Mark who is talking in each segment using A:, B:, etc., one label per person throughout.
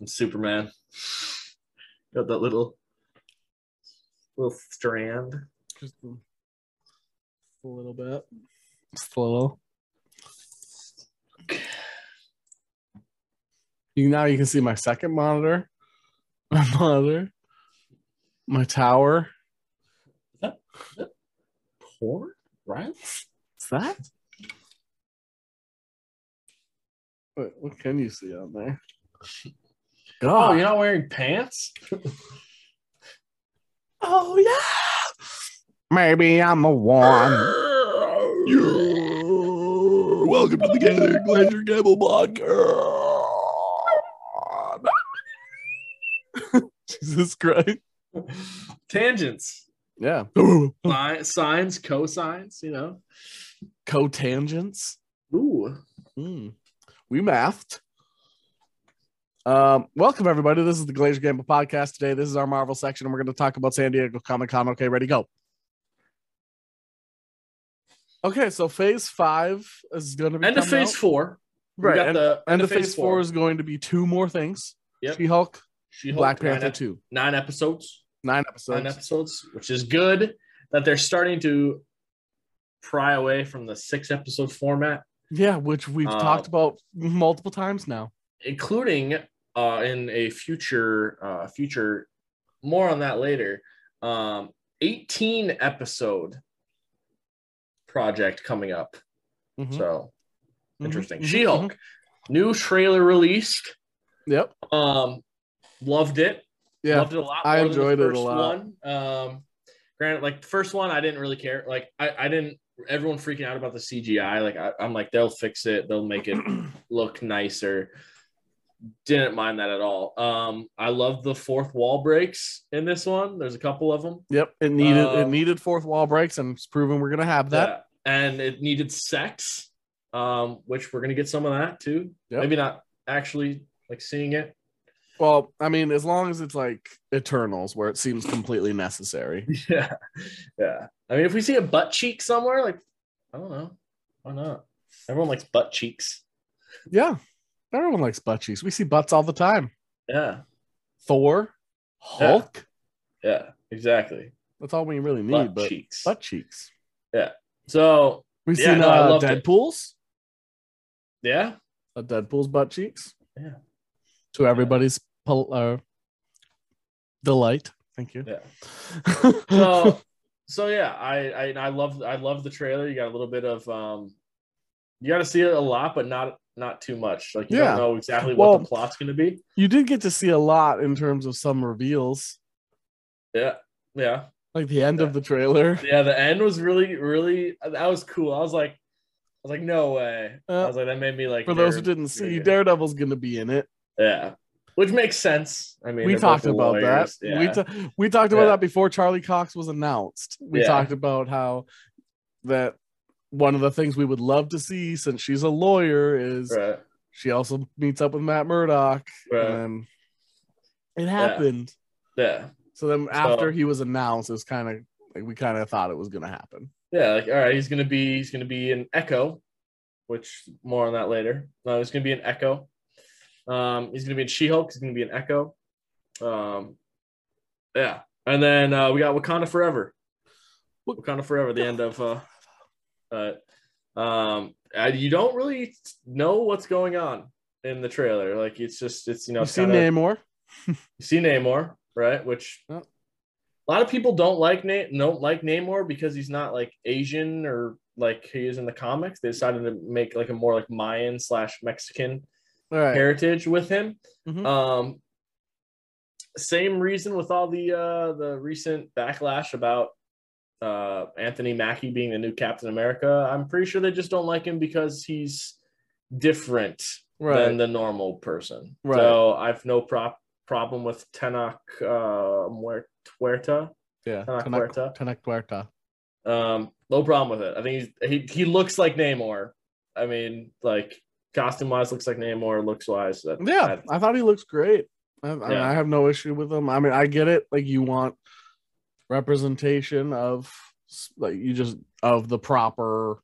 A: and Superman. Got that little little strand.
B: Just a a little bit. Just a little. You now you can see my second monitor, my monitor, my tower.
A: Poor right?
B: What's that? Wait, what can you see on there?
A: Oh,
B: God.
A: you're not wearing pants?
B: Oh yeah. Maybe I'm a one.
A: you welcome to the Gathering Glacier Gamble podcast.
B: Jesus Christ.
A: Tangents,
B: Yeah.
A: Si- sines, cosines, you know.
B: Cotangents.
A: Ooh,
B: Mm. We mathed. Um, welcome everybody. This is the Glacier Gamble podcast today. This is our Marvel section, and we're going to talk about San Diego Comic Con. Okay, ready, go. Okay, so Phase Five is going to be
A: end of
B: coming
A: Phase
B: out.
A: Four. We
B: right?
A: got
B: And,
A: the
B: and the Phase, Four. is going to be two more things:
A: Yep.
B: She-Hulk,
A: She-Hulk,
B: Black
A: nine
B: Panther
A: ep-
B: Two,
A: Nine episodes.
B: nine
A: Nine
B: episodes.
A: episodes, which is good that they're starting to pry away from the six episode format.
B: Yeah, which we've
A: Uh,
B: talked about multiple times now.
A: including uh, in a future uh, future more on that later um, 18 episode project coming up
B: Mhm,
A: so
B: mhm,
A: interesting
B: mhm,
A: she-hulk
B: Mm-hmm.
A: new trailer released
B: mhm. Yep.
A: um loved it
B: Yeah.
A: loved it a lot more
B: I
A: than the
B: enjoyed it a
A: first
B: lot.
A: one. um granted like the first one i didn't really care like i, I didn't everyone freaking out about the cgi like I, i'm like they'll fix it they'll make it look nicer. Didn't mind that at all. Um, I love the fourth wall breaks in this one. There's a couple of them.
B: Yep, it needed it
A: Um,
B: needed fourth wall breaks, and it's proven we're gonna have that.
A: Yeah. and it needed sex, um, which we're gonna get some of that too.
B: Yep.
A: Maybe not actually like seeing it.
B: Well, I mean, as long as it's like Eternals, where it seems completely necessary.
A: Yeah, yeah. I mean, if we see a butt cheek somewhere, like I don't know, why not? Everyone likes butt cheeks.
B: yeah, everyone likes butt cheeks. We see butts all the time.
A: Yeah,
B: Thor, Hulk.
A: yeah, exactly.
B: That's all we really need.
A: Butt
B: but
A: cheeks.
B: butt cheeks.
A: So
B: We've
A: Yeah,
B: seen
A: no, I
B: uh,
A: loved it.
B: Deadpool's.
A: yeah,
B: A Deadpool's butt cheeks.
A: Yeah.
B: To everybody's pol- uh, delight. Thank you.
A: yeah. so so yeah I, I i love i love the trailer you got a little bit of um you got to see it a lot but not not too much like you
B: Yeah.
A: don't know exactly
B: Well-
A: what the plot's going to be
B: you did get to see a lot in terms of some reveals,
A: yeah yeah
B: like the end
A: Yeah.
B: of the trailer.
A: yeah the end was really really that was cool i was like i was like no way i
B: Uh,
A: was like that made me like
B: For those who
A: nerd
B: didn't see,
A: trigger.
B: Daredevil's going to be in it.
A: yeah which makes sense i mean
B: we
A: they're both
B: talked about that.
A: lawyers. yeah.
B: We, ta- we talked about
A: Yeah.
B: that before Charlie Cox was announced. We
A: Yeah.
B: talked about how that one of the things we would love to see since she's a lawyer is
A: right,
B: she also meets up with Matt Murdock.
A: right.
B: And then it happened.
A: yeah
B: So then after he was announced, it was kind of like we kind of thought it was going to happen.
A: Yeah, like all right, he's gonna be he's gonna be an Echo, which more on that later. No, he's gonna be an Echo. Um, he's gonna be in She-Hulk. He's gonna be an Echo. Um, yeah, and then uh, we got Wakanda Forever.
B: Wak-
A: Wakanda Forever. The end of uh, uh, um, uh, you don't really know what's going on in the trailer. Like it's just it's you know
B: you
A: it's
B: see
A: kinda-
B: Namor?
A: you see Namor, right? Which
B: Yep.
A: a lot of people don't like Na- don't like Namor because he's not like Asian or like he is in the comics. They decided to make like a more like Mayan slash Mexican
B: All right.
A: heritage with him.
B: Mhm.
A: Um, same reason with all the uh, the recent backlash about uh, Anthony Mackie being the new Captain America. I'm pretty sure they just don't like him because he's different
B: Right.
A: than the normal person.
B: Right.
A: So I've no prop problem with Tenak uh, Muer- Tuerta.
B: yeah.
A: Tenak
B: Tenak
A: Huerta.
B: Tenak Huerta.
A: Um, no problem with it. I think he's, he he looks like Namor. I mean, like costume wise, looks like Namor. Looks wise, that,
B: Yeah,
A: that-
B: I thought he looks great. I, I mean,
A: Yeah.
B: I have no issue with him. I mean, I get it. Like you want representation of s- like you just of the proper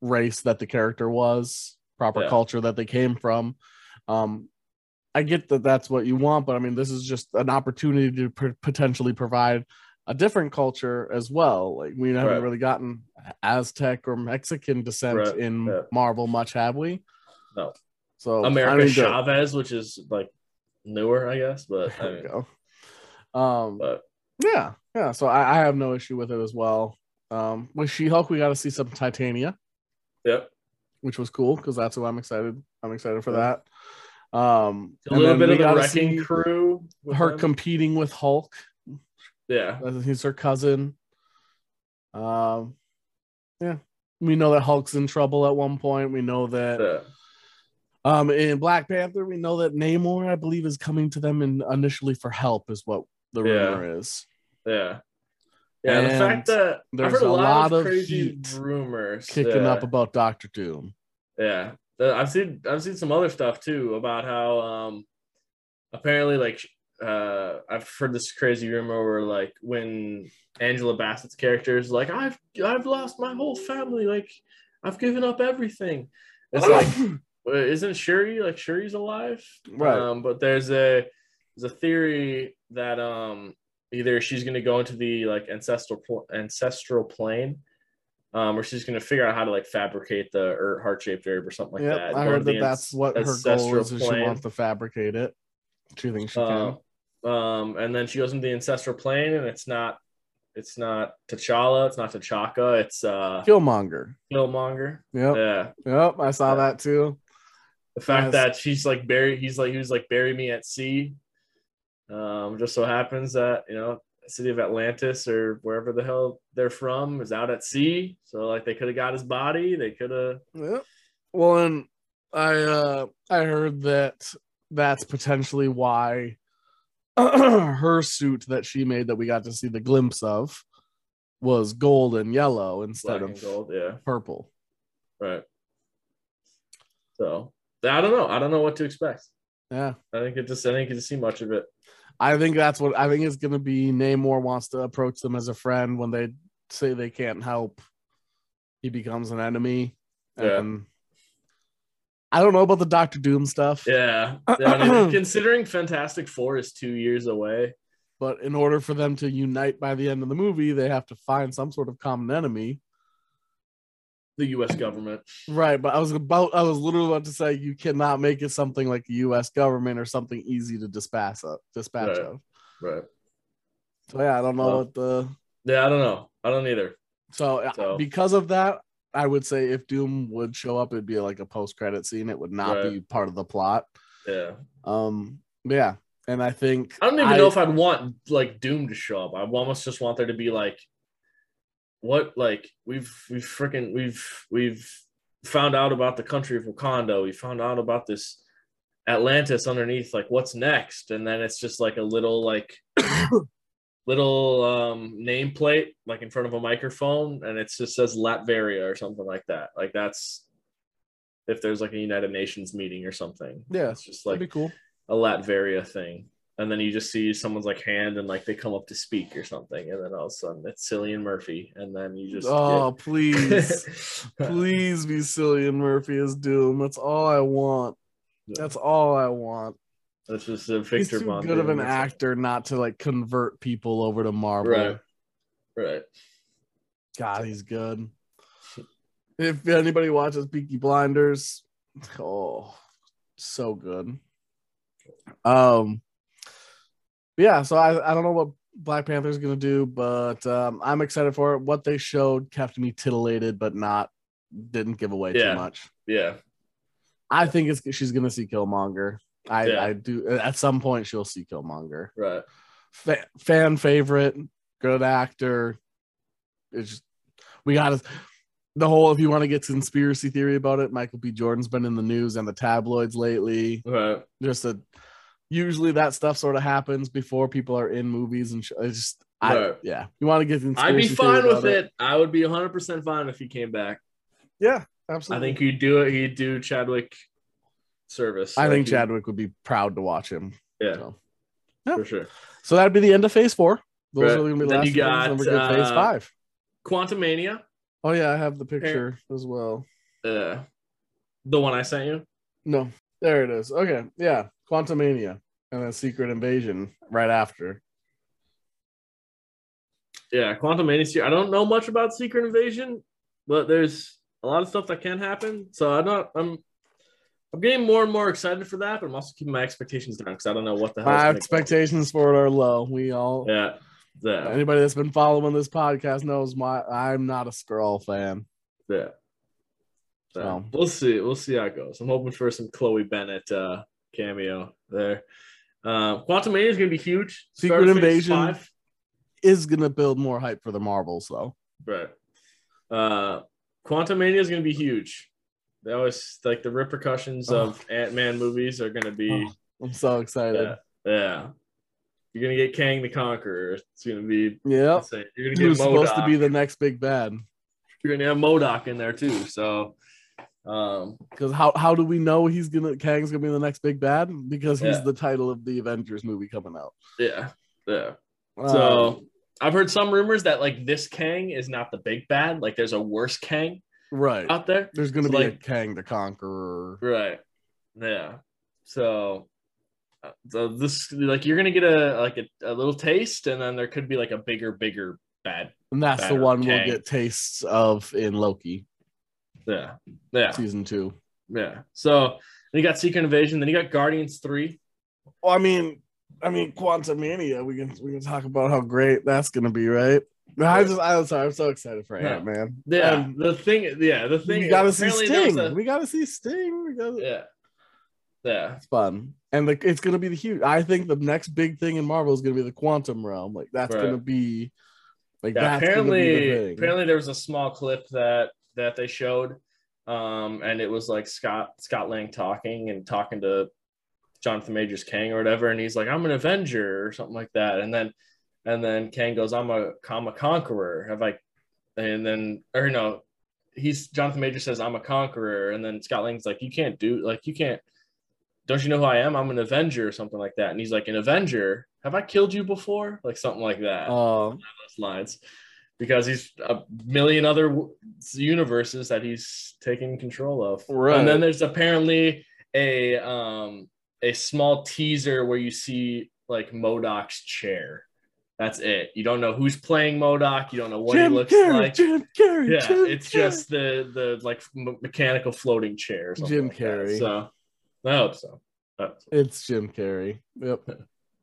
B: race that the character was, proper
A: Yeah.
B: culture that they came from. Um, I get that that's what you want, but I mean, this is just an opportunity to pr- potentially provide a different culture as well. Like we haven't
A: Right.
B: really gotten Aztec or Mexican descent
A: Right,
B: in
A: yeah.
B: Marvel much, have we?
A: No.
B: So Oh, I
A: America
B: mean, the-
A: Chavez, which is like newer, I guess, but I
B: There we
A: mean,
B: go. Um,
A: but
B: yeah, yeah. So I, I have no issue with it as well. Um, with She Hulk, we got to see some Titania,
A: yep,
B: which was cool because that's who I'm excited. I'm excited for
A: Yeah.
B: that. Um,
A: a
B: and
A: little
B: then
A: bit
B: we
A: of the
B: gotta
A: wrecking
B: see
A: crew. with
B: Her
A: them.
B: competing with Hulk.
A: yeah,
B: I think He's her cousin. Um, yeah. We know that Hulk's in trouble at one point. We know that
A: yeah,
B: um in Black Panther, we know that Namor, I believe, is coming to them in, initially for help, is what the
A: Yeah.
B: rumor is.
A: yeah. Yeah, the
B: And
A: fact that I've
B: there's
A: heard a
B: a
A: lot,
B: lot
A: of
B: of
A: crazy
B: heat
A: rumors
B: Kicking
A: yeah.
B: up about Doctor Doom.
A: Yeah, Uh, I've seen I've seen some other stuff too about how um apparently like uh I've heard this crazy rumor where like when Angela Bassett's character is like I've I've lost my whole family like I've given up everything. It's
B: Oh,
A: like well, isn't Shuri like Shuri's alive?
B: Right.
A: Um, but there's a there's a theory that um either she's gonna go into the like ancestral pl- ancestral plane, um, or she's gonna figure out how to like fabricate the or heart shaped herb or something like
B: yep,
A: that.
B: I
A: Go
B: heard
A: to
B: that
A: the
B: that's what her goal
A: ancestral
B: is. is She
A: plane.
B: wants to fabricate it. Do you think she
A: Uh, um, and then she goes into the ancestral plane, and it's not it's not T'Challa, it's not T'Chaka, it's uh
B: can? Killmonger.
A: Killmonger.
B: Yep.
A: Yeah.
B: Yep. I saw
A: Yeah.
B: that too.
A: the fact
B: Yes.
A: that she's like bury he's like he was like bury me at sea um just so happens that you know the city of atlantis or wherever the hell they're from is out at sea so like they could have got his body they could have
B: Yep. Well, and I uh I heard that that's potentially why her suit that she made that we got to see the glimpse of was gold and yellow
A: black
B: instead
A: and
B: of
A: gold yeah
B: purple.
A: right so i don't know i don't know what to expect
B: Yeah.
A: i think it just i didn't get to see much of it
B: I think that's what I think it's gonna be Namor wants to approach them as a friend when they say they can't help. He becomes an enemy.
A: Yeah.
B: And I don't know about the Doctor Doom stuff.
A: yeah, yeah I mean, considering fantastic four is two years away
B: But in order for them to unite by the end of the movie, they have to find some sort of common enemy.
A: the u.s government
B: Right. But I was about, I was literally about to say, you cannot make it something like the US government or something easy to dispatch of. Dispatch
A: Right.
B: of.
A: right
B: So, yeah, I don't know
A: Well-
B: what the.
A: yeah i don't know i don't either
B: So, uh,
A: So-
B: because of that, I would say if Doom would show up, it'd be like a post credit scene. It would not
A: Right.
B: be part of the plot.
A: yeah
B: Um, but yeah. And I think
A: I don't even know if I'd want like Doom to show up. I almost just want there to be like, what like we've we've freaking we've we've found out about the country of Wakanda. We found out about this Atlantis underneath. Like, what's next? And then it's just like a little like little um nameplate like in front of a microphone, and it just says Latveria or something like that. Like that's if there's like a United Nations meeting or something.
B: Yeah,
A: it's just like
B: that'd be cool.
A: a Latveria thing. And then you just see someone's like hand and like they come up to speak or something, and then all of a sudden it's Cillian Murphy, and then you just
B: Oh,
A: get-
B: please. Please be Cillian Murphy as Doom. That's all I want. That's all I want.
A: that's just a
B: He's
A: Victor
B: too
A: Von
B: good of
A: Doom.
B: an
A: That's-
B: actor not to like convert people over to Marvel.
A: Right. right?
B: God, he's good. If anybody watches Peaky Blinders, oh, so good. Um, yeah. So I I don't know what Black Panther's gonna do, but um, I'm excited for it. What they showed kept me titillated, but not didn't give away
A: Yeah.
B: too much.
A: Yeah,
B: I think it's she's gonna see Killmonger. I,
A: Yeah.
B: I do at some point she'll see Killmonger.
A: right.
B: Fa- fan favorite, good actor. It's just, we got to the whole. If you want to get conspiracy theory about it, Michael B. Jordan's been in the news and the tabloids lately.
A: Right.
B: Just a usually that stuff sort of happens before people are in movies and sh- it's just I
A: Right.
B: yeah. You want to get conspiracy
A: I'd be
B: theory
A: fine with
B: about
A: it. I would be 100 percent fine if he came back.
B: Yeah,
A: I
B: absolutely.
A: think he'd do it. He'd do Chadwick service.
B: I
A: Like,
B: think
A: he-
B: Chadwick would be proud to watch him.
A: Yeah.
B: So,
A: for sure.
B: so that'd be the end of Phase Four. Those
A: Right.
B: are going to be the
A: Then
B: last.
A: you
B: ones, then we're good
A: got,
B: Phase
A: uh,
B: Five.
A: Quantumania,
B: Oh yeah, I have the picture as well.
A: uh, the one I sent you.
B: No, there it is. Okay, yeah. Quantumania, and then Secret Invasion right after.
A: Yeah, Quantum Mania. I don't know much about Secret Invasion, but there's a lot of stuff that can happen. So I'm not. I'm. I'm getting more and more excited for that, but I'm also keeping my expectations down because I don't know what the hell.
B: My
A: it's gonna
B: expectations for it are low. We all
A: go. Yeah. Yeah.
B: anybody that's been following this podcast knows my I'm not a Skrull fan.
A: Yeah. So
B: So.
A: we'll see. We'll see how it goes. I'm hoping for some Chloe Bennett uh, cameo there. Um, Quantum Mania is going to be huge.
B: Secret
A: Starfish
B: Invasion.
A: five.
B: Is gonna build more hype for the Marvels though.
A: Right. Uh, Quantum Mania is going to be huge. That was like the repercussions of
B: Oh.
A: Ant Man movies are going to be.
B: I'm so excited.
A: Yeah. You're going to get Kang the Conqueror. It's going to be.
B: Yep.
A: insane. You're going to
B: Who's
A: get
B: supposed to
A: MODOK.
B: be the next big bad?
A: You're going to have Modoc in there too. So. Um,
B: Because how how do we know he's gonna Kang's gonna be the next big bad? Because he's
A: Yeah.
B: the title of the Avengers movie coming out.
A: yeah. Yeah.
B: Um,
A: So I've heard some rumors that like this Kang is not the big bad. Like there's a worse Kang
B: right,
A: out there.
B: there's gonna
A: so,
B: be a
A: like-
B: Kang the Conqueror.
A: Right. Yeah. So, uh, so this like you're gonna get a like a, a little taste, and then there could be like a bigger, bigger bad.
B: And that's the
A: Better
B: one we'll
A: Kang.
B: get tastes of in Loki
A: Yeah. Yeah.
B: season two.
A: Yeah. So then you got Secret Invasion, then you got Guardians Three.
B: Well, I mean, I mean, Quantum Mania. We can we can talk about how great that's gonna be, right? I just I'm sorry, I'm so excited for
A: Yeah.
B: Ant Man.
A: Yeah. the thing. Yeah. The thing.
B: we gotta see
A: apparently there was
B: Sting.
A: a-
B: we gotta see Sting. We gotta,
A: yeah. Yeah.
B: It's fun. And the, it's going to be the huge. I think the next big thing in Marvel is going to be the quantum realm. Like that's
A: Right.
B: going to be like
A: Yeah,
B: that's going to be the
A: apparently,
B: thing.
A: apparently there was a small clip that that they showed, um, and it was like Scott Scott Lang talking and talking to Jonathan Majors Kang or whatever, and he's like, "I'm an Avenger" or something like that, and then and then Kang goes, "I'm a I'm a conqueror." Have I? And then or no, he's Jonathan Major says, "I'm a conqueror," and then Scott Lang's like, "You can't do like you can't." Don't you know who I am? I'm an Avenger or something like that. And he's like, an Avenger? Have I killed you before? Like something like that
B: Uh,
A: those lines because he's a million other w- universes that he's taking control of.
B: Right.
A: And then there's apparently a um a small teaser where you see like Modoc's chair. That's it. You don't know who's playing Modoc. You don't know what
B: Jim
A: he looks
B: Carrey,
A: like.
B: Jim Carrey.
A: yeah,
B: Jim
A: it's
B: Carrey.
A: just the the like m- mechanical floating chair. Or something
B: Jim
A: like that.
B: Carrey.
A: So I hope so. I hope so.
B: it's Jim Carrey. Yep.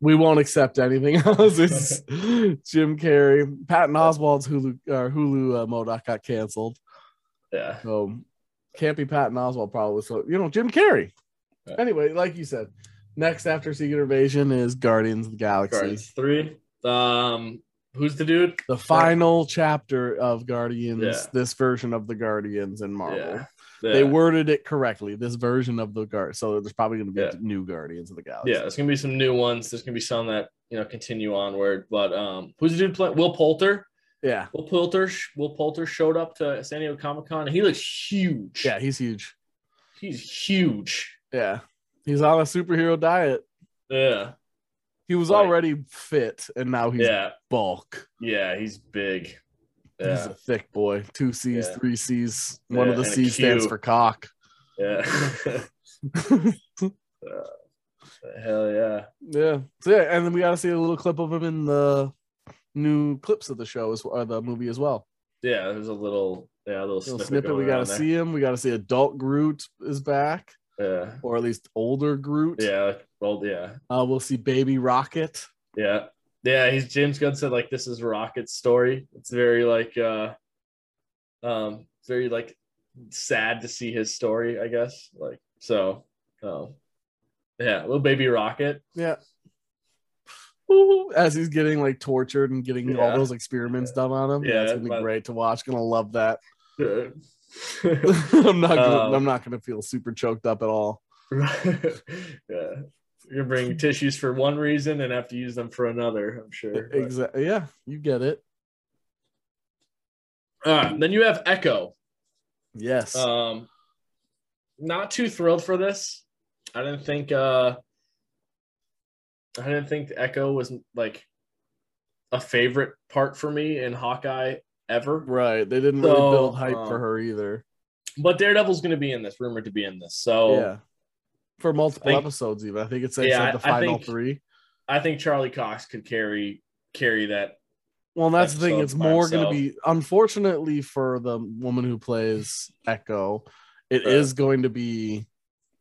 B: We won't accept anything else. It's Jim Carrey. Patton Oswald's Hulu or Hulu uh, Modoc got canceled.
A: Yeah.
B: So can't be Patton Oswald probably. So you know Jim Carrey.
A: Right.
B: Anyway, like you said, next after Secret Invasion is Guardians of the Galaxy.
A: Guardians three. Um, who's the dude?
B: the final chapter of Guardians,
A: Yeah.
B: this version of the Guardians in Marvel.
A: Yeah.
B: They
A: Yeah.
B: worded it correctly. This version of the guard, so there's probably going to be
A: Yeah.
B: new Guardians of the Galaxy.
A: yeah, there's gonna be some new ones. There's gonna be some that you know continue onward. But um, who's the dude playing? Will Poulter.
B: yeah,
A: Will Poulter. Will Poulter showed up to San Diego Comic Con, and he looks huge.
B: yeah. He's huge.
A: he's huge.
B: Yeah, he's on a superhero diet.
A: Yeah,
B: He was
A: Right.
B: already fit, and now he's
A: yeah,
B: bulk.
A: yeah. He's big.
B: He's
A: Yeah,
B: a thick boy. Two C's,
A: Yeah.
B: three C's. One
A: Yeah,
B: of the
A: and a
B: C's stands
A: Q.
B: for cock.
A: yeah. Hell yeah.
B: Yeah. So yeah, and then we got to see a little clip of him in the new clips of the show as or the movie as well.
A: Yeah, there's a little yeah a little,
B: little
A: snippet.
B: snippet. We
A: going
B: got to
A: on there.
B: see him. We got to see adult Groot is back,
A: Yeah.
B: or at least older Groot.
A: Yeah. Well. Yeah.
B: Uh, we'll see Baby Rocket.
A: Yeah. Yeah, he's James Gunn said like this is Rocket's story. It's very like uh um very like sad to see his story, I guess. Like so um yeah, little baby rocket.
B: Yeah. Ooh, as he's getting like tortured and getting all
A: Yeah.
B: those experiments done on him. Yeah,
A: Yeah,
B: it's gonna be
A: but-
B: great to watch. Gonna love that.
A: yeah.
B: I'm not. Gonna,
A: Um,
B: I'm not gonna feel super choked up at all.
A: You're bringing tissues for one reason and have to use them for another, I'm sure. But-
B: Exactly. E, Yeah, you get it.
A: Uh, then you have Echo.
B: Yes.
A: Um not too thrilled for this. I didn't think uh I didn't think Echo was like a favorite part for me in Hawkeye ever.
B: right. They didn't really
A: so,
B: build hype
A: um,
B: for her either.
A: But Daredevil's going to be in this, rumored to be in this. So
B: yeah. for multiple
A: I think-
B: episodes. Even I think it's like
A: Yeah,
B: said the
A: I- I
B: final
A: think-
B: three.
A: I think Charlie Cox could carry carry that.
B: Well, and that's the thing.
A: episode
B: It's
A: by
B: more going to
A: itself.
B: be, unfortunately, for the woman who plays Echo, it is
A: Yeah.
B: going to be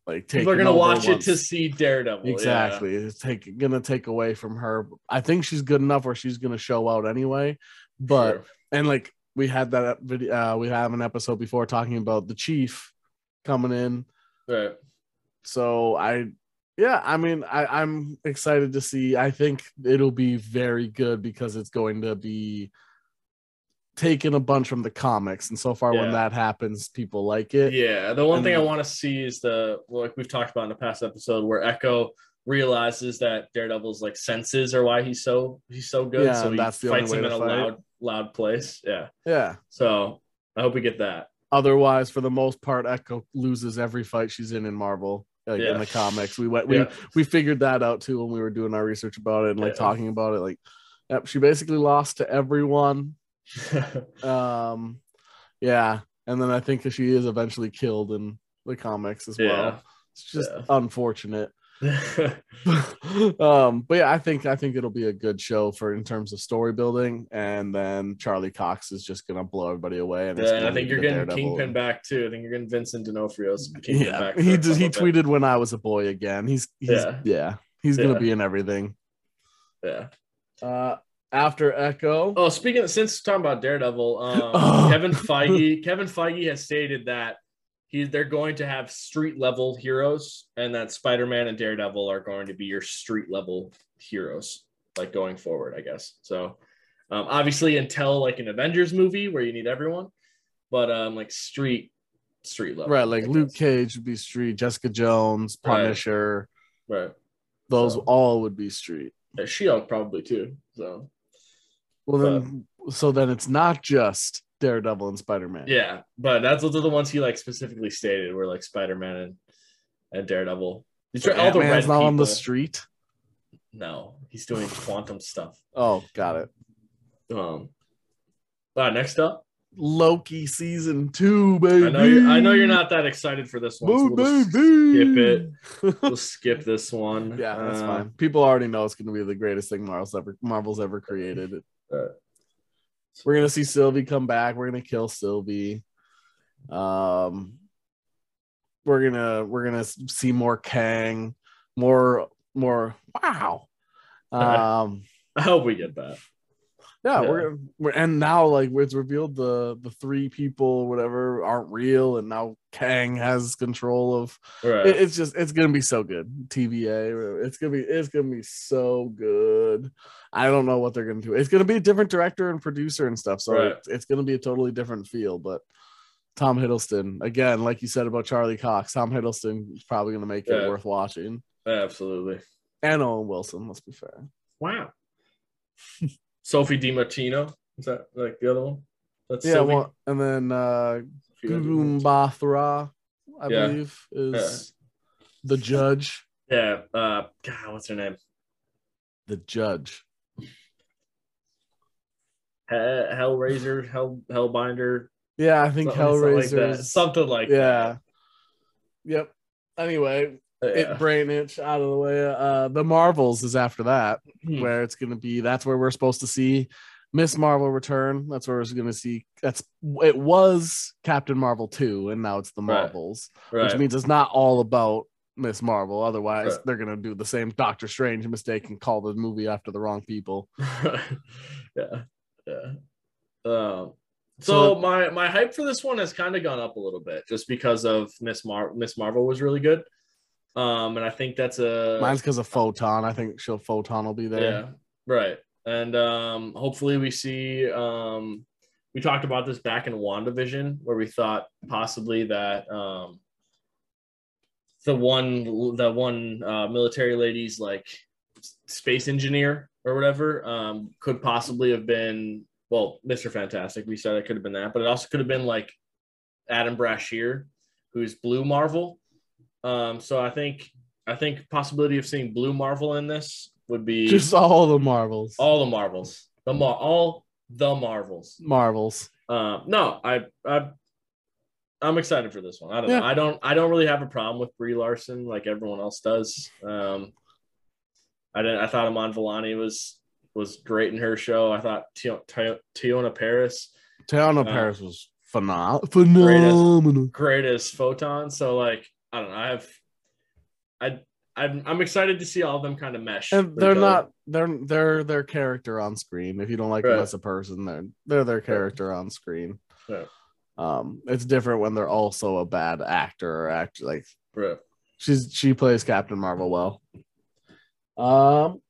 B: like taking.
A: People are gonna
B: over
A: watch
B: once-
A: it to see Daredevil. yeah.
B: Exactly, it's take gonna take away from her. I think she's good enough where she's gonna show out anyway. But
A: Sure.
B: and like we had that video, uh, we have an episode before talking about the chief coming in.
A: Right.
B: So I, yeah, I mean, I, I'm excited to see. I think it'll be very good because it's going to be taking a bunch from the comics, and so far when
A: Yeah.
B: that happens, people like it.
A: Yeah, the one
B: And
A: thing I
B: then-
A: want to see is the like we've talked about in the past episode where Echo realizes that Daredevil's like senses are why he's so he's so good.
B: Yeah,
A: so
B: and
A: he
B: that's the only
A: fights
B: way
A: him in
B: to
A: a
B: fight.
A: loud loud place. Yeah.
B: yeah.
A: So I hope we get that.
B: Otherwise, for the most part, Echo loses every fight she's in in Marvel. Like
A: Yeah.
B: in the comics, we went, we
A: Yeah.
B: we figured that out too when we were doing our research about it and like
A: Yeah.
B: talking about it. Like, yep, she basically lost to everyone. Um, yeah, and then I think that she is eventually killed in the comics as
A: Yeah.
B: well. It's just
A: Yeah.
B: unfortunate. um, but yeah, I think I think it'll be a good show for in terms of story building, and then Charlie Cox is just gonna blow everybody away. And, it's
A: Yeah, and I
B: gonna
A: think
B: be
A: you're
B: the
A: getting
B: Daredevil.
A: Kingpin back too. I think you're getting Vincent D'Onofrio's Kingpin
B: Yeah,
A: back. for
B: he
A: a
B: did, he
A: couple bit.
B: tweeted when I was a boy again. He's, he's yeah.
A: Yeah.
B: he's
A: Yeah.
B: gonna be in everything.
A: Yeah.
B: Uh, after Echo,
A: Oh, speaking of, since talking about Daredevil, um,
B: Oh.
A: Kevin Feige, Kevin Feige has stated that he they're going to have street level heroes, and that Spider Man and Daredevil are going to be your street level heroes, like going forward, I guess. So, um, obviously, until like an Avengers movie where you need everyone, but um, like street, street level,
B: Oh, right? Like
A: I
B: Luke
A: guess.
B: Cage would be Street, Jessica Jones,
A: Right.
B: Punisher.
A: right?
B: Those
A: So-
B: all would be Street.
A: She Hulk probably too. So
B: Well, then, so then it's not just Daredevil and Spider Man.
A: Yeah, but that's those are the ones he like specifically stated were like Spider Man and, and Daredevil. He's trying- all the red
B: Man's not on the
A: people-
B: street.
A: No, he's doing quantum stuff.
B: Oh, got it.
A: Um. All right, next up.
B: Loki season two, baby.
A: I know you're, I know you're not that excited for this one.
B: Boo,
A: so we'll, just,
B: baby. Skip
A: we'll skip this one.
B: yeah, that's
A: Uh,
B: fine. People already know it's going to be the greatest thing Marvel's ever Marvel's ever created.
A: Uh.
B: We're gonna see Sylvie come back. We're gonna kill Sylvie. Um, we're gonna we're gonna see more Kang, more more. Wow. Um.
A: I hope we get that.
B: Yeah,
A: Yeah.
B: We're, we're and now like it's revealed the the three people whatever aren't real, and now Kang has control of
A: Right.
B: it- it's just it's gonna be so good. TVA, it's gonna be it's gonna be so good. I don't know what they're gonna do. It's gonna be a different director and producer and stuff. So
A: Right.
B: it's, it's gonna be a totally different feel. But Tom Hiddleston, again, like you said about Charlie Cox, Tom Hiddleston is probably gonna make it
A: Yeah.
B: worth watching.
A: Absolutely.
B: And Owen Wilson, let's be fair.
A: Wow. Sophie DiMartino. Is that like the other one? That's
B: Yeah,
A: Sylvie.
B: well, and then uh Gugum Bathra, I
A: Yeah.
B: believe, is the judge.
A: Yeah. Uh, God, what's her name?
B: The judge.
A: He- Hellraiser, Hell Hellbinder.
B: Yeah, I think
A: something-
B: Hellraiser is
A: Something like
B: yeah.
A: that.
B: Yep. Anyway,
A: Something like
B: it
A: that.
B: brain itch out of the way. Uh, the Marvels is after that,
A: Yeah. Hmm.
B: where it's going to be. That's where we're supposed to see Miss Marvel return. That's where we're going to see. That's it was Captain Marvel two, and now it's the
A: Right.
B: Marvels,
A: Right.
B: which means it's not all about Miss Marvel. Otherwise,
A: Right.
B: they're going to do the same Doctor Strange mistake and call the movie after the wrong people.
A: yeah. Yeah. Um, so
B: So-
A: my my hype for this one has kind of gone up a little bit just because of Miss Mar Miss Marvel was really good. Um, and I think that's a
B: Mine's because of Photon. I think she'll Photon will be there.
A: yeah, right. And um, hopefully we see um, we talked about this back in WandaVision where we thought possibly that um, the one the one uh, military lady's like s- space engineer or whatever um, could possibly have been well Mr. Fantastic we said it could have been that but it also could have been like Adam Brashear who's Blue Marvel um, so I think I think possibility of seeing Blue Marvel in this would be
B: Just all the Marvels.
A: all the Marvels the Mar- all the Marvels
B: Marvels.
A: um, no, I, I I'm excited for this one. I don't
B: Yeah.
A: know. I don't I don't really have a problem with Brie Larson like everyone else does. Um I didn't I thought Amon Villani was was great in her show. I thought Tio- Tio- Tiona Paris
B: Tiana
A: Uh,
B: Paris was phenomenal.
A: as-
B: Phenomenal.
A: great as Photon. So like I don't know. I have I I'm, I'm excited to see all of them kind of mesh.
B: And
A: with
B: they're
A: the-
B: not they're they're their character on screen. If you don't like them
A: Right.
B: as a person, they're they're their character on screen.
A: Yeah.
B: Um, it's different when they're also a bad actor or actor. Like
A: Right.
B: she's she plays Captain Marvel well. Um,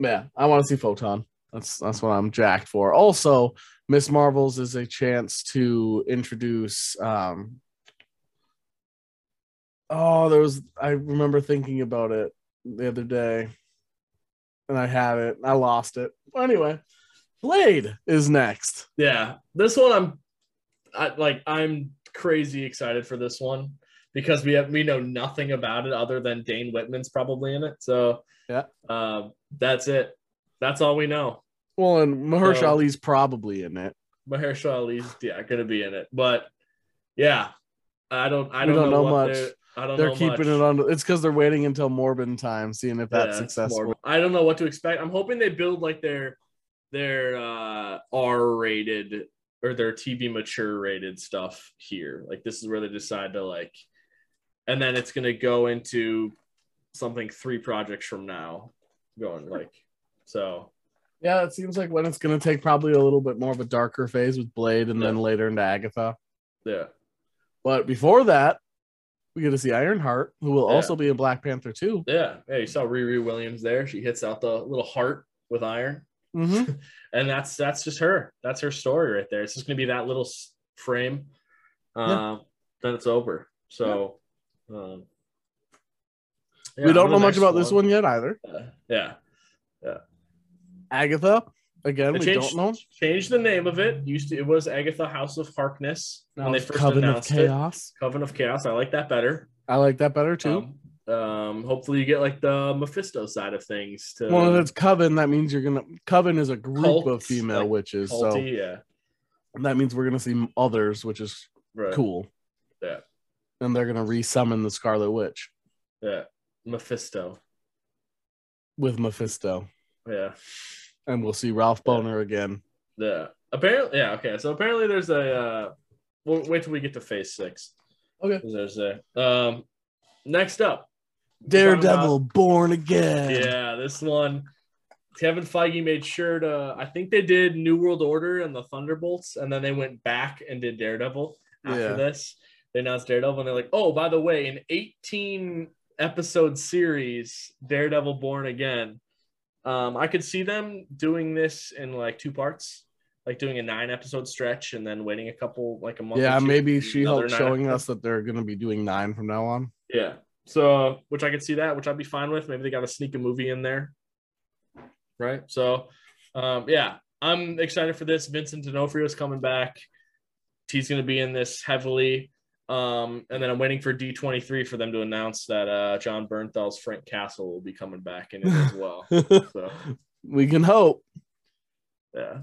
B: yeah, I want to see Photon. That's that's what I'm jacked for. Also, Miss Marvel's is a chance to introduce. Um, oh, there was I remember thinking about it the other day, and I had it. I lost it. Well, anyway, Blade is next.
A: Yeah. This one I'm I like I'm crazy excited for this one because we have we know nothing about it other than Dane Whitman's probably in it. So
B: Yeah.
A: uh, that's it. That's all we know.
B: Well, and Mahershala
A: So-
B: Ali's probably in it.
A: Mahershala Ali's yeah gonna be in it, but yeah, I don't I
B: We
A: don't,
B: don't know
A: what
B: much.
A: they're- I don't
B: They're
A: know
B: keeping
A: much.
B: it on. It's because they're waiting until Morbin time, seeing if that's
A: Yeah, it's
B: successful.
A: morbid. I don't know what to expect. I'm hoping they build like their their uh R-rated or their TV mature rated stuff here. Like this is where they decide to like and then it's going to go into something three projects from now going like so
B: Yeah, it seems like when it's going to take probably a little bit more of a darker phase with Blade and then
A: Yeah.
B: later into Agatha.
A: yeah.
B: But before that, we get to see Ironheart, who will
A: Yeah.
B: also be in Black Panther 2.
A: Yeah. Yeah, you saw Riri Williams there. She hits out the little heart with iron.
B: Mhm.
A: and that's that's just her that's her story right there it's just gonna be that little s- frame uh,
B: Yeah.
A: then it's over so um, yeah,
B: we don't
A: on
B: know
A: to the
B: much
A: next
B: about this one yet either.
A: Uh, yeah
B: Agatha, again,
A: They
B: we
A: changed-
B: don't know.
A: changed the name of it used to it was agatha house of harkness
B: Now
A: when they
B: it's
A: first
B: Coven of
A: announced it
B: Chaos.
A: coven of chaos i like that better
B: I like that better too.
A: Um, um, hopefully you get like the mephisto side of things to
B: well, if it's Coven, that means you're going to. Coven is a group
A: Cult,
B: of female
A: like,
B: witches.
A: culty, yeah
B: So that means we're going to see others, which is
A: right
B: cool.
A: Yeah.
B: And they're going to resummon the Scarlet Witch
A: yeah mephisto
B: with Mephisto.
A: yeah
B: And we'll see Ralph
A: Yeah.
B: Boner again.
A: The apparently, yeah, okay. So apparently, there's a. Uh, we'll wait till we get to phase six.
B: Okay.
A: 'Cause There's a. Um, next up,
B: Daredevil Born Again.
A: yeah, this one. Kevin Feige made sure to. I think they did New World Order and the Thunderbolts, and then they went back and did Daredevil after
B: Yeah.
A: this. They announced Daredevil, and they're like, "Oh, by the way, an 18 episode series, Daredevil Born Again." Um, I could see them doing this in like two parts, like doing a nine episode stretch, and then waiting a couple, like a month. or
B: Yeah,
A: two,
B: maybe
A: and
B: She
A: another
B: Hulk
A: nine
B: showing
A: episodes.
B: us that they're going to be doing nine from now on.
A: Yeah. So, which I could see that, which I'd be fine with. Maybe they got to sneak a movie in there. Right. So, um, yeah, I'm excited for this. Vincent D'Onofrio is coming back. He's going to be in this heavily. Um, and then I'm waiting for D23 for them to announce that uh, John Bernthal's Frank Castle will be coming back in it as well. So,
B: we can hope.
A: yeah.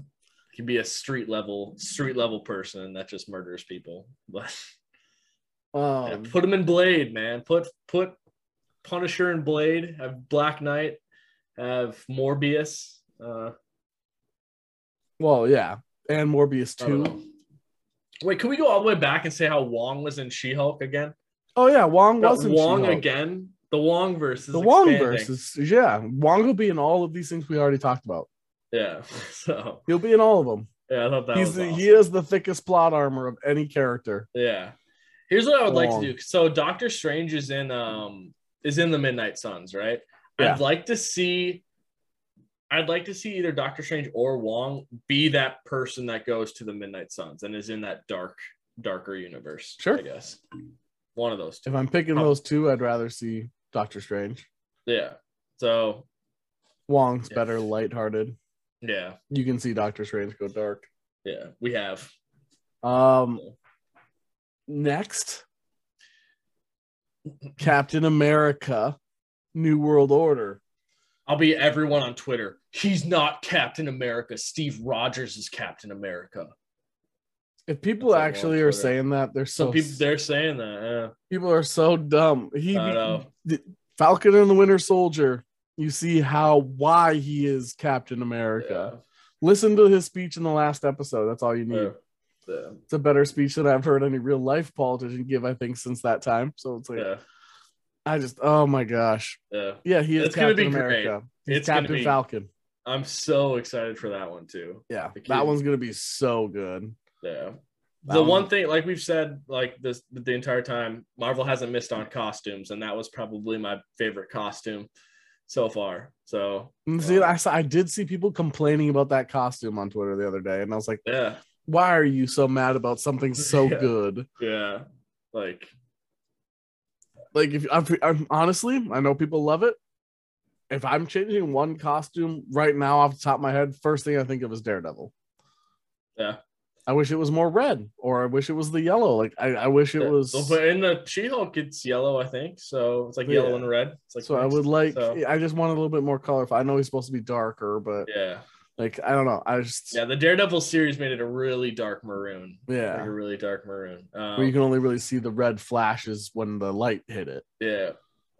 A: He could be a street level, street level person that just murders people. But Yeah,
B: Um,
A: put him in Blade, man. Put put Punisher in Blade. Have Black Knight. Have Morbius. Uh,
B: well, yeah. And Morbius
A: I don't know.
B: 2.
A: Wait, can we go all the way back and say how Wong was in She-Hulk again?
B: Oh, yeah. Wong wasn't
A: Wong
B: She-Hulk.
A: again. The Wong versus
B: The Wong
A: expanding.
B: versus. Yeah. Wong will be in all of these things we already talked about.
A: Yeah. So
B: He'll be in all of them.
A: yeah, I thought that
B: He's
A: was
B: the,
A: awesome.
B: He has the thickest plot armor of any character.
A: Yeah. Here's what I would like
B: Wong.
A: to do. So Doctor Strange is in um is in the Midnight Suns, right?
B: Yeah.
A: I'd like to see I'd like to see either Doctor Strange or Wong be that person that goes to the Midnight Suns and is in that dark darker universe.
B: Sure.
A: I guess. One of those two.
B: If I'm picking
A: Oh.
B: those two, I'd rather see Doctor Strange.
A: Yeah. So
B: Wong's
A: Yeah.
B: better lighthearted.
A: yeah.
B: You can see Doctor Strange go dark.
A: Yeah. We have
B: Um, next, Captain America, New World Order.
A: I'll be everyone on Twitter. He's not Captain America. Steve Rogers is Captain America.
B: If people
A: That's like
B: actually
A: one
B: are
A: footer.
B: saying that, they're so
A: Some people they're saying that.
B: people are so dumb. He
A: Yeah. I don't know.
B: Falcon and the Winter Soldier. You see how why he is Captain America. Listen to his speech in the last episode. That's all you
A: Yeah.
B: need.
A: Yeah. Yeah.
B: It's a better speech than I've heard any real life politician give, I think, since that time. So it's like
A: Yeah.
B: I just oh my gosh.
A: Yeah.
B: Yeah, he is
A: It's gonna
B: Captain
A: be great.
B: America. He's
A: It's gonna
B: Captain
A: be-
B: Falcon.
A: I'm so excited for that one too.
B: Yeah.
A: The kid.
B: That one's gonna be so good.
A: Yeah.
B: That
A: the
B: one-
A: one, thing, like we've said, like this the entire time, Marvel hasn't missed on costumes, and that was probably my favorite costume so far. So
B: And See, I saw, I did see people complaining about that costume on Twitter the other day, and I was like,
A: yeah,
B: "Why are you so mad about something so
A: Yeah.
B: good?"
A: yeah, like
B: Like, if I'm, I'm honestly, I know people love it. If I'm changing one costume right now off the top of my head, first thing I think of is Daredevil.
A: Yeah.
B: I wish it was more red, or I wish it was the yellow. Like, I, I wish it was.
A: But in the She-Hulk, it's yellow, I think. So it's like yellow
B: Yeah.
A: and red. It's like
B: so I
A: mixed.
B: would like.
A: So,
B: I just want a little bit more colorful. I know he's supposed to be darker, but
A: yeah,
B: like, I don't know. I just
A: yeah. The Daredevil series made it a really dark maroon.
B: yeah.
A: Like a really dark maroon. Um,
B: where you can only really see the red flashes when the light hit it.
A: Yeah.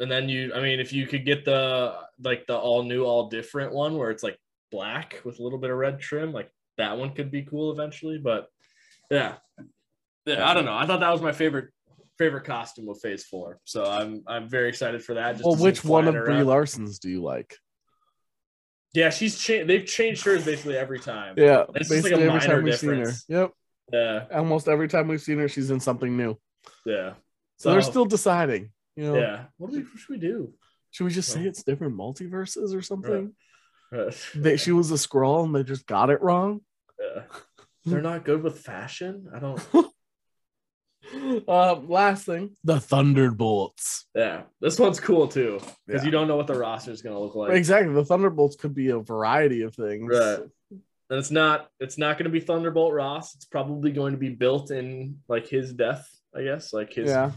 A: And then you, I mean, if you could get the like the all new, all different one where it's like black with a little bit of red trim, like that one could be cool eventually. But yeah, yeah, I don't know. I thought that was my favorite favorite costume of Phase Four, so I'm I'm very excited for that.
B: well,
A: to see
B: which one of
A: Flatter
B: Brie
A: up.
B: Larson's do you like?
A: Yeah, she's changed. They've changed hers basically every time. Yeah.
B: Yeah,
A: It's just like a minor difference.
B: seen her. Yep,
A: Yeah.
B: almost every time we've seen her, she's in something new.
A: Yeah.
B: So they're still deciding. You know,
A: Yeah. What do we? What should we do?
B: should we just say it's different multiverses or something?
A: Uh,
B: That she was a scroll and they just got it wrong.
A: yeah. They're not good with fashion. I don't. Uh,
B: Um, last thing, the Thunderbolts.
A: Yeah, this one's cool too because
B: Yeah.
A: you don't know what the roster is going to look like,
B: exactly, the Thunderbolts could be a variety of things.
A: Right. and it's not it's not going to be Thunderbolt Ross. It's probably going to be built in like his death, I guess, like his
B: Yeah,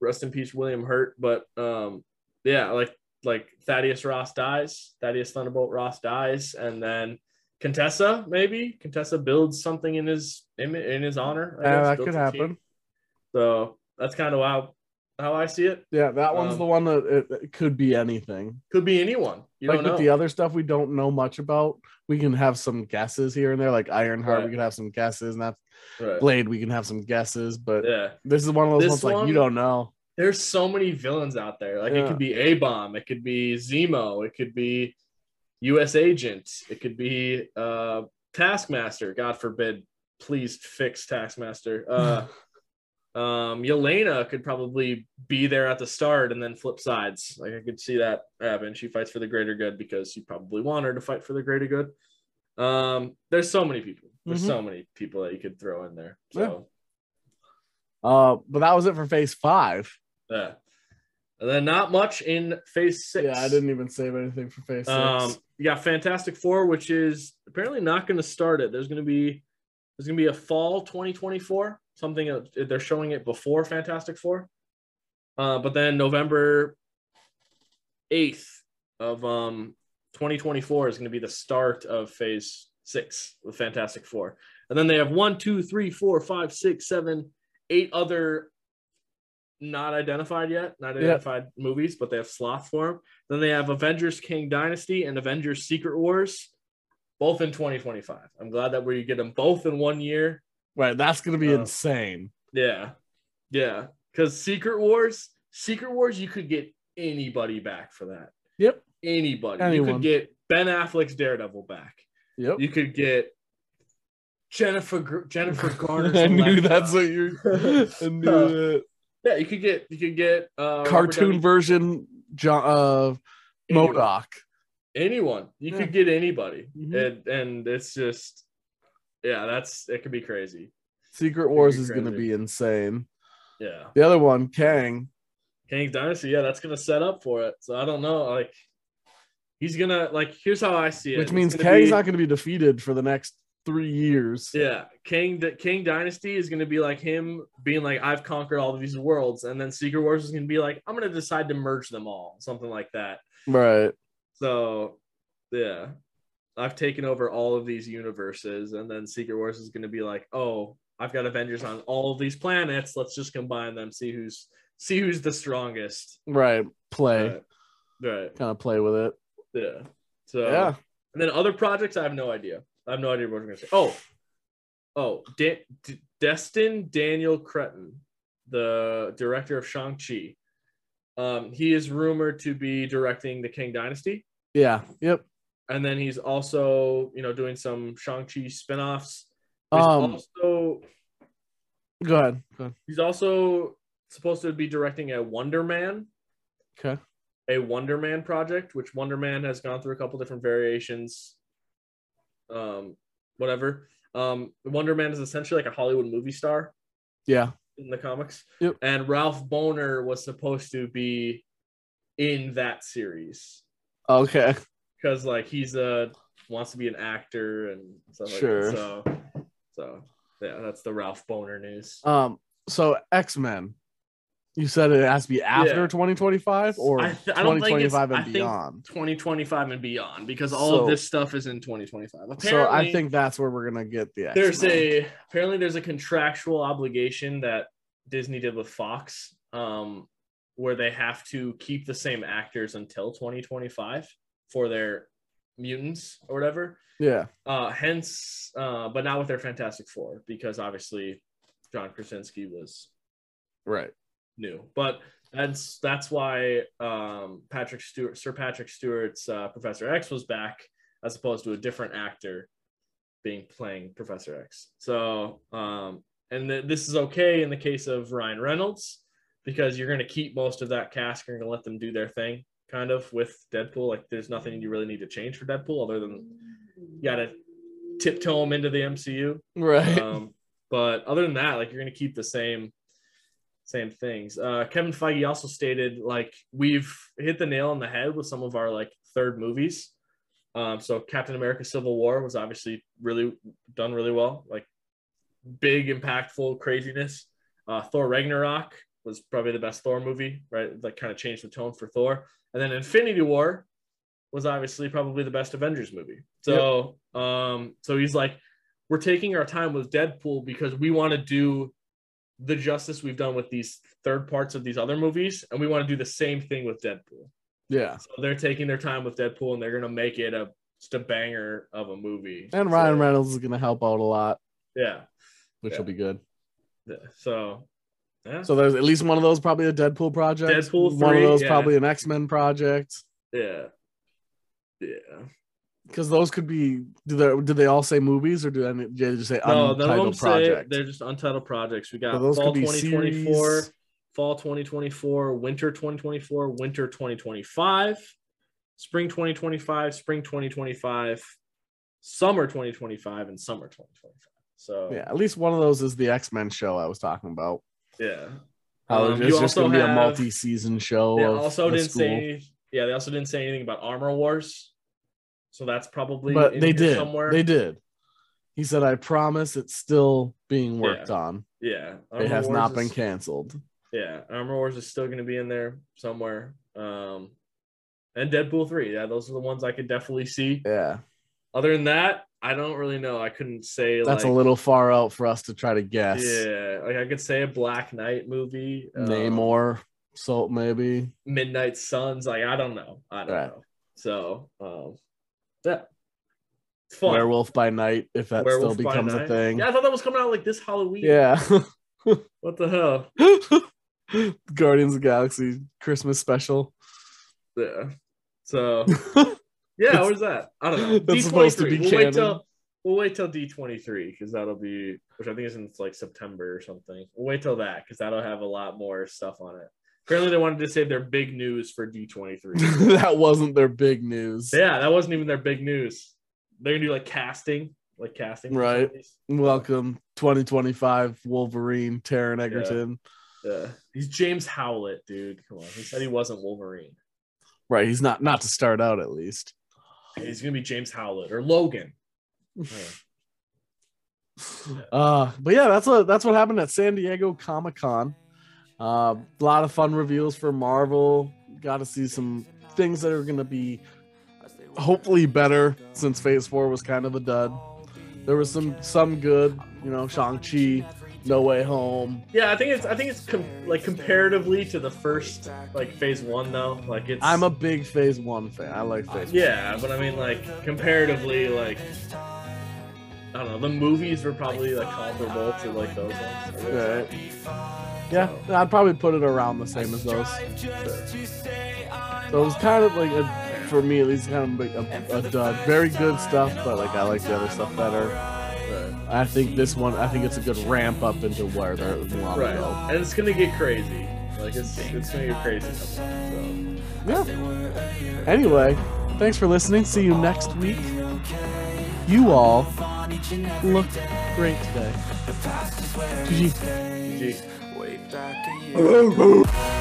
A: rest in peace William Hurt. But um, yeah, like like Thaddeus Ross dies, Thaddeus Thunderbolt Ross dies, and then Contessa maybe Contessa builds something in his in, in his honor. I
B: yeah,
A: guess,
B: that
A: builds
B: could
A: a team.
B: happen.
A: So that's kind of how how I see it.
B: Yeah, that one's
A: Um,
B: the one that it, it could be anything.
A: Could be anyone. You
B: like
A: don't know.
B: with the other stuff we don't know much about, we can have some guesses here and there. Like Ironheart,
A: Right.
B: we could have some guesses, and that's
A: Right.
B: Blade, we can have some guesses. But
A: Yeah.
B: this is one of those
A: This
B: ones like
A: one-
B: you don't know.
A: there's so many villains out there. Like
B: Yeah.
A: it could be A Bomb, it could be Zemo, it could be U.S. Agent, it could be uh, Taskmaster. God forbid, please fix Taskmaster. Uh, um, Yelena could probably be there at the start and then flip sides. Like I could see that happen. She fights for the greater good because you probably want her to fight for the greater good. Um, there's so many people. There's
B: Mhm.
A: so many people that you could throw in there. So.
B: Yeah. Uh, but that was it for Phase Five.
A: Yeah. And then not much in phase six.
B: Yeah, I didn't even save anything for Phase
A: Um,
B: Six.
A: you got Fantastic Four, which is apparently not going to start it. There's going to be there's going to be a fall 2024. Something that- they're showing it before Fantastic Four, uh, but then November eighth of um 2024 is going to be the start of Phase Six, the Fantastic Four, and then they have one, two, three, four, five, six, seven, eight other not identified yet, not
B: Yeah.
A: identified movies, but they have slots for them. Then they have Avengers King Dynasty and Avengers Secret Wars, both in 2025. I'm glad that we get them both in one year.
B: Right, that's gonna be
A: um,
B: insane.
A: Yeah. Yeah. Because Secret Wars, Secret Wars, you could get anybody back for that.
B: Yep.
A: Anybody. You
B: Anyone.
A: could get Ben Affleck's Daredevil back.
B: Yep.
A: You could get Jennifer Gr- Jennifer Garner's
B: I knew
A: Elektra.
B: that's what you. I knew
A: Uh,
B: it.
A: Yeah, you could get you could get uh, Robert
B: Cartoon
A: Downey-
B: version John of
A: Anyone.
B: Modoc.
A: anyone you
B: Yeah.
A: could get anybody
B: Mhm.
A: and and it's just yeah that's it could be crazy
B: Secret Wars
A: be
B: is gonna
A: crazy.
B: be insane.
A: yeah
B: The other one, Kang.
A: Kang dynasty yeah that's gonna set up for it so i don't know like he's gonna like here's how i see it
B: which
A: It's
B: means
A: gonna
B: Kang's
A: be-
B: not going to be defeated for the next three years.
A: yeah king king dynasty is gonna be like him being like i've conquered all of these worlds and then secret wars is gonna be like i'm gonna decide to merge them all something like that
B: Right.
A: so yeah I've taken over all of these universes, and then Secret Wars is going to be like, oh, I've got Avengers on all of these planets. Let's just combine them, see who's see who's the strongest.
B: Right. Play.
A: Right. Right.
B: Kind of play with it.
A: Yeah. So
B: yeah.
A: and then other projects, I have no idea. I have no idea what we're going to say. Oh, oh, Da- D- Destin Daniel Cretton, the director of Shang Chi. Um, he is rumored to be directing the King Dynasty.
B: Yeah. Yep.
A: and then he's also you know doing some Shang Chi spinoffs. He's
B: Um
A: also
B: go ahead. Go ahead.
A: he's also supposed to be directing a Wonder Man,
B: Okay.
A: a Wonder Man project, which Wonder Man has gone through a couple different variations. Um, whatever. Um, Wonder Man is essentially like a Hollywood movie star
B: Yeah.
A: in the comics,
B: Yep.
A: and Ralph Boner was supposed to be in that series
B: Okay.
A: because like he's a wants to be an actor and stuff like
B: Sure.
A: that. So, so yeah, that's the Ralph Boner news.
B: Um so X-Men. You said it has to be after
A: Yeah.
B: 2025 or
A: I th- I don't think it's-
B: 2025
A: I
B: and
A: think-
B: beyond.
A: 2025 and beyond, because all
B: So-
A: of this stuff is in 2025. Apparently,
B: So I think that's where we're gonna get the X-Men.
A: there's a apparently there's a contractual obligation that Disney did with Fox, um, where they have to keep the same actors until 2025 for their mutants or whatever.
B: yeah.
A: Uh, hence, uh, but not with their Fantastic Four because obviously John Krasinski was
B: Right.
A: new, but that's that's why um, Patrick Stewart, Sir Patrick Stewart's uh, Professor X was back as opposed to a different actor being playing Professor X. So, um, and th- this is okay in the case of Ryan Reynolds because you're going to keep most of that cast. You're going to let them do their thing, kind of with Deadpool. Like, there's nothing you really need to change for Deadpool other than you got to tiptoe him into the MCU
B: Right.
A: um, but other than that, like you're gonna keep the same same things. Uh, Kevin Feige also stated like we've hit the nail on the head with some of our like third movies. Um, so Captain America: Civil War was obviously really done really well, like big impactful craziness. Uh, Thor Ragnarok was probably the best Thor movie, right? That kind of changed the tone for Thor. And then Infinity War was obviously probably the best Avengers movie. So, um, so he's like, we're taking our time with Deadpool because we want to do the justice we've done with these third parts of these other movies, and we want to do the same thing with Deadpool.
B: yeah.
A: So they're taking their time with Deadpool, and they're gonna make it a just a banger of a movie.
B: And Ryan
A: So,
B: Reynolds is gonna help out a lot,
A: yeah,
B: which
A: Yeah.
B: will be good.
A: yeah. So, yeah,
B: So there's at least one of those probably a Deadpool project.
A: Deadpool
B: one of
A: 3,
B: those
A: yeah.
B: probably an X-Men project.
A: yeah, yeah.
B: Because those could be do they do they all say movies or do any do they just say
A: No, none of them
B: untitled
A: say
B: project?
A: they're just untitled projects. We got
B: So those
A: fall
B: could be
A: 2024,
B: series.
A: fall 2024, winter 2024, winter 2025, spring 2025, spring 2025, summer 2025, and summer 2025. So
B: Yeah, at least one of those is the X Men show I was talking about.
A: yeah.
B: How
A: Um,
B: Oh, it's
A: you
B: just
A: also
B: gonna be a
A: have-
B: multi season show.
A: They
B: of
A: also
B: the
A: didn't say
B: school.
A: any, yeah, they also didn't say anything about Armor Wars. So that's probably
B: but
A: in
B: they
A: here
B: did.
A: somewhere.
B: They did. He said, "I promise it's still being worked
A: Yeah.
B: on.
A: yeah.
B: it
A: Armor
B: has
A: Wars
B: not
A: is-
B: been canceled."
A: Yeah, Armor Wars is still going to be in there somewhere. Um, and Deadpool 3. Yeah, those are the ones I could definitely see.
B: Yeah,
A: Other than that, I don't really know. I couldn't say
B: that's
A: like,
B: a little far out for us to try to guess.
A: Yeah, like I could say a Black Knight movie, um,
B: Namor, Salt, maybe.
A: Midnight Suns. Like I don't know. I don't
B: Right.
A: know. So, um, yeah, it's fun.
B: Werewolf by Night, if that
A: Werewolf
B: still
A: by
B: becomes a
A: Night.
B: thing.
A: Yeah, I thought that was coming out like this Halloween.
B: Yeah.
A: What the hell?
B: Guardians of the Galaxy Christmas special.
A: Yeah. So yeah,
B: That's-
A: where's that? I don't know.
B: that's supposed to
A: D23.
B: be
A: we'll
B: canon.
A: Wait till, we'll wait till D twenty three because that'll be which I think is in like September or something. We'll wait till that because that'll have a lot more stuff on it. Apparently, they wanted to save their big news for D twenty three.
B: that wasn't their big news.
A: Yeah, that wasn't even their big news. They're gonna do like casting, like casting,
B: Right.
A: companies.
B: Welcome 2025 Wolverine, Taron Egerton.
A: Yeah, he's James Howlett, dude. Come on, he said he wasn't Wolverine.
B: Right, he's not not to start out at least.
A: He's gonna be James Howlett or Logan.
B: Uh, but yeah, that's what that's what happened at San Diego Comic Con. A lot of fun reveals for Marvel. Got to see some things that are going to be hopefully better since Phase Four was kind of a dud. There was some some good, you know, Shang Chi, No Way Home.
A: Yeah, I think it's I think it's com- like comparatively to the first like phase one though. Like it's
B: I'm a big Phase One fan. I like Phase.
A: yeah, but I mean like comparatively like I don't know the movies were probably like comparable to like those ones.
B: One. Right. Yeah, I'd probably put it around the same as those. So it was kind of like a, for me at least kind of like a, a dud. Very good stuff, but like I like the other stuff better.
A: Right.
B: I think this one, I think it's a good ramp up into where they're want to go.
A: Right. And it's gonna get crazy. Like it's it's gonna get crazy. So
B: Yeah. Anyway, thanks for listening. See you next week. You all look great today. GG.
A: GG.
C: Way back a year.
B: Hello.